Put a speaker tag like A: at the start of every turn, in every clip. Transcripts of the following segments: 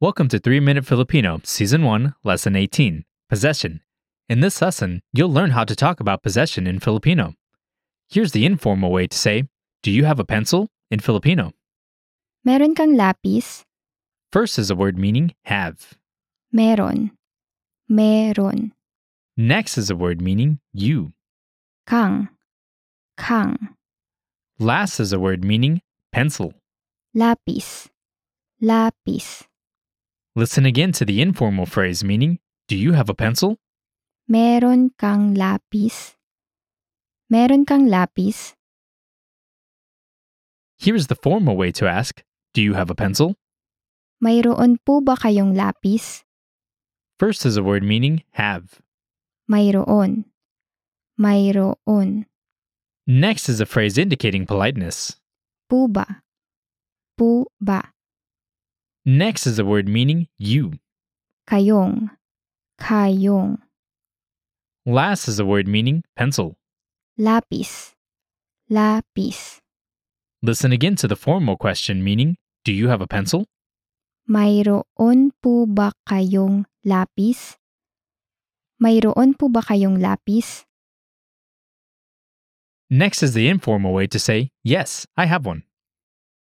A: Welcome to 3 Minute Filipino, Season 1, Lesson 18 Possession. In this lesson, you'll learn how to talk about possession in Filipino. Here's the informal way to say, Do you have a pencil? in Filipino.
B: Meron kang lapis?
A: First is a word meaning have.
B: Meron. Meron.
A: Next is a word meaning you.
B: Kang. Kang.
A: Last is a word meaning pencil.
B: Lapis. Lapis.
A: Listen again to the informal phrase meaning, Do you have a pencil?
B: Meron kang lapis? Meron kang lapis?
A: Here's the formal way to ask, Do you have a pencil?
B: Mayroon po ba kayong lapis?
A: First is a word meaning have.
B: Mayroon. Mayroon.
A: Next is a phrase indicating politeness.
B: Po ba? Po ba?
A: Next is a word meaning you.
B: Kayong. Kayong.
A: Last is a word meaning pencil.
B: Lapis. Lapis.
A: Listen again to the formal question meaning, Do you have a pencil?
B: Mayroon po ba kayong lapis? Mayroon po ba kayong lapis?
A: Next is the informal way to say, Yes, I have one.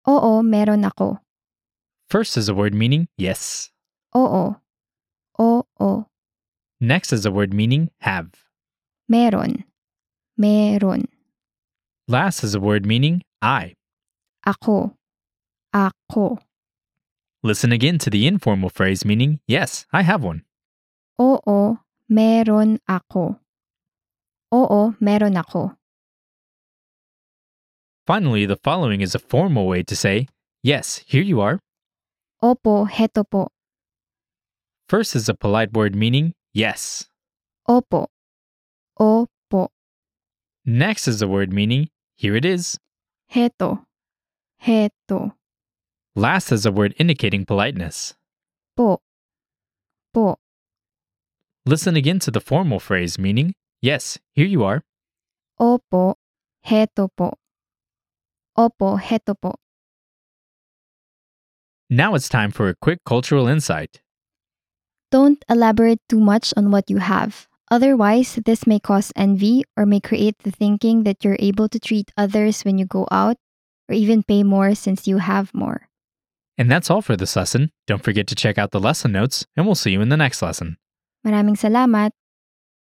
B: Oo, meron ako.
A: First is a word meaning yes.
B: Oo. Oo,
A: Next is a word meaning have.
B: meron. Meron.
A: Last is a word meaning I.
B: Ako. Ako.
A: Listen again to the informal phrase meaning yes, I have one.
B: Oo, meron ako. Oo, meron ako.
A: Finally, the following is a formal way to say, Yes, here you are.
B: Opo, heto po.
A: First is a polite word meaning yes.
B: Opo. Opo,
A: Next is a word meaning here it is.
B: heto. Heto.
A: Last is a word indicating politeness.
B: Po. Po.
A: Listen again to the formal phrase meaning yes, here you are.
B: Opo, heto po. Opo, heto po.
A: Now it's time for a quick cultural insight.
B: Don't elaborate too much on what you have. Otherwise, this may cause envy or may create the thinking that you're able to treat others when you go out or even pay more since you have more.
A: And that's all for this lesson. Don't forget to check out the lesson notes, and we'll see you in the next lesson.
B: Maraming salamat!